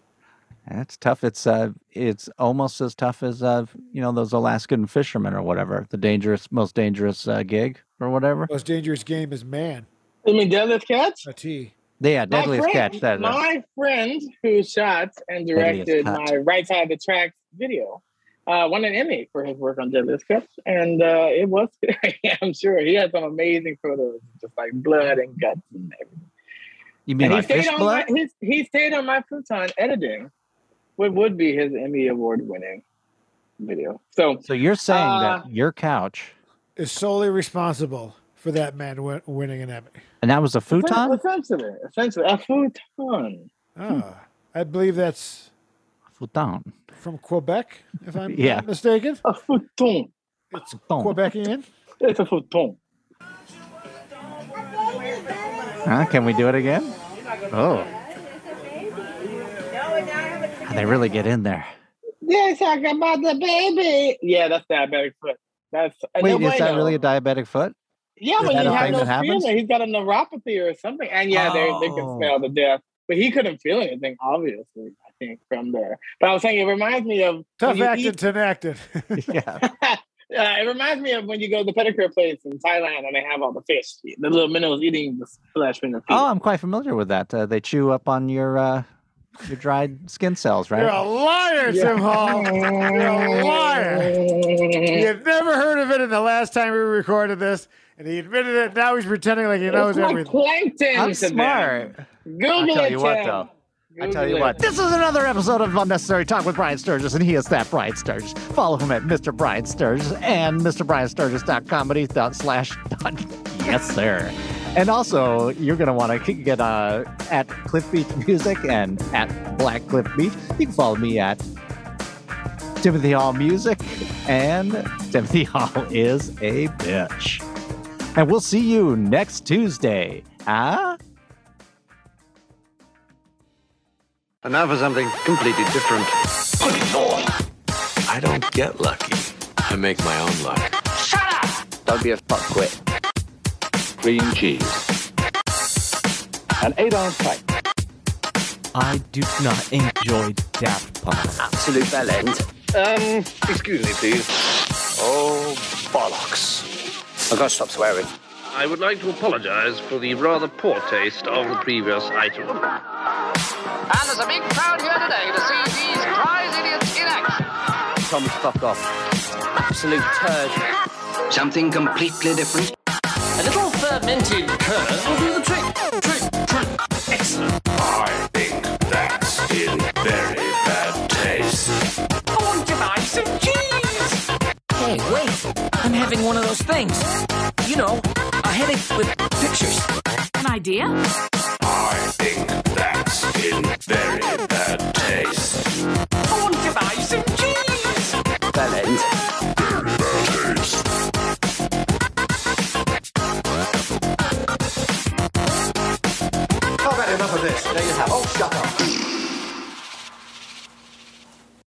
B: That's tough. It's uh, it's almost as tough as uh, you know, those Alaskan fishermen or whatever. The dangerous, most dangerous uh, gig or whatever.
A: Most dangerous game is man.
C: You mean deadlift catch?
A: A T.
B: Yeah,
C: My
B: deadliest
C: friend-
B: catch. That is.
C: my friend who shot and
B: Deadliest
C: directed
B: Catch.
C: my right side of the track video uh, won an Emmy for his work on Deadlift Catch, and uh, it was. [LAUGHS] I'm sure he had some amazing photos, just like blood and guts and everything.
B: You mean
C: And he
B: like
C: stayed
B: fish
C: on
B: blood?
C: my he, he stayed on my futon editing what would be his Emmy award winning video. So
B: So you're saying
C: Uh,
B: that your couch,
A: Is solely responsible for that man win- winning an Emmy.
B: and that was a futon.
C: essentially, essentially a futon.
A: Ah, I believe that's
B: Futon.
A: from Quebec, if I'm
B: Yeah. Oh.
A: not mistaken.
C: A futon.
A: It's
B: Boom.
A: Quebecian.
C: It's a futon.
B: Huh? Can we do it again? Oh, Ah, they really get in there.
C: They talk about the baby. Yeah, that's diabetic foot. That's a
B: Wait, is that
C: bueno.
B: really a diabetic
C: [LAUGHS]
B: foot? [LAUGHS]
C: Yeah,
B: Is
C: when
B: that
C: you
B: a
C: have
B: thing
C: no
B: that happens?
C: feeling, he's got a neuropathy or something. And yeah, they they
B: Oh.
C: can smell the death, but he couldn't feel anything, obviously. I think from there. But I was saying, it reminds me of
A: Tough
C: when you
A: acting,
C: eat-
A: tin acting. [LAUGHS]
B: Yeah.
C: Uh, it reminds me of when you go to the pedicure place in Thailand and they have all the fish, the little minnows eating the flesh from the feet.
B: Oh, I'm quite familiar with that. Uh, they chew up on your uh, your dried skin cells,
A: You're
B: right?
A: a liar, Tim Hall. You're a liar. He had never heard of it in the last time we recorded this, and he admitted it. Now he's pretending
B: Oh
A: like he knows
C: It's like
A: everything.
C: plankton.
B: I'm
C: to them.
B: smart.
C: Google
B: I tell
C: it,
B: you what,
C: Tim.
B: though. I tell
C: Google
B: you
C: it.
B: what, this is another episode of Unnecessary Talk with Brian Sturgis, and he is that Brian Sturgis. Follow him at Mr. Brian Sturgis and MrBrianSturgis.comedy slash. [LAUGHS] Yes, sir. And also, you're going to want to get uh, at Cliff Beach Music and at Black Cliff Beach. You can follow me at Timothy Hall Music, and Timothy [LAUGHS] Hall is a bitch. And we'll see you next Tuesday. Ah?
F: And now for something completely different.
G: I don't get lucky. I make my own luck.
F: Don't be a fuckwit.
G: Cream cheese.
H: an eight ounce pipe.
B: I do not enjoy Daft Punk.
I: Absolute bell end. Um, excuse me, please. Oh, bollocks. I've got to stop swearing.
J: I would like to apologize for the rather poor taste of the previous item.
K: And there's a big crowd here today to see these prize idiots in action.
I: Tom's fuck off. Absolute turd. Something completely different.
K: A little fermented curd will do the trick. Trick, trick. Excellent.
L: I think that's in very bad taste.
K: I want to buy some cheese. Hey, wait. [LAUGHS] I'm having one of those things. You know, a headache with pictures. An idea?
L: I think that's in very bad taste.
K: I want to buy some cheese.
I: Bell end.
L: Bad taste.
I: I've had enough of this. There you have. Oh, shut up.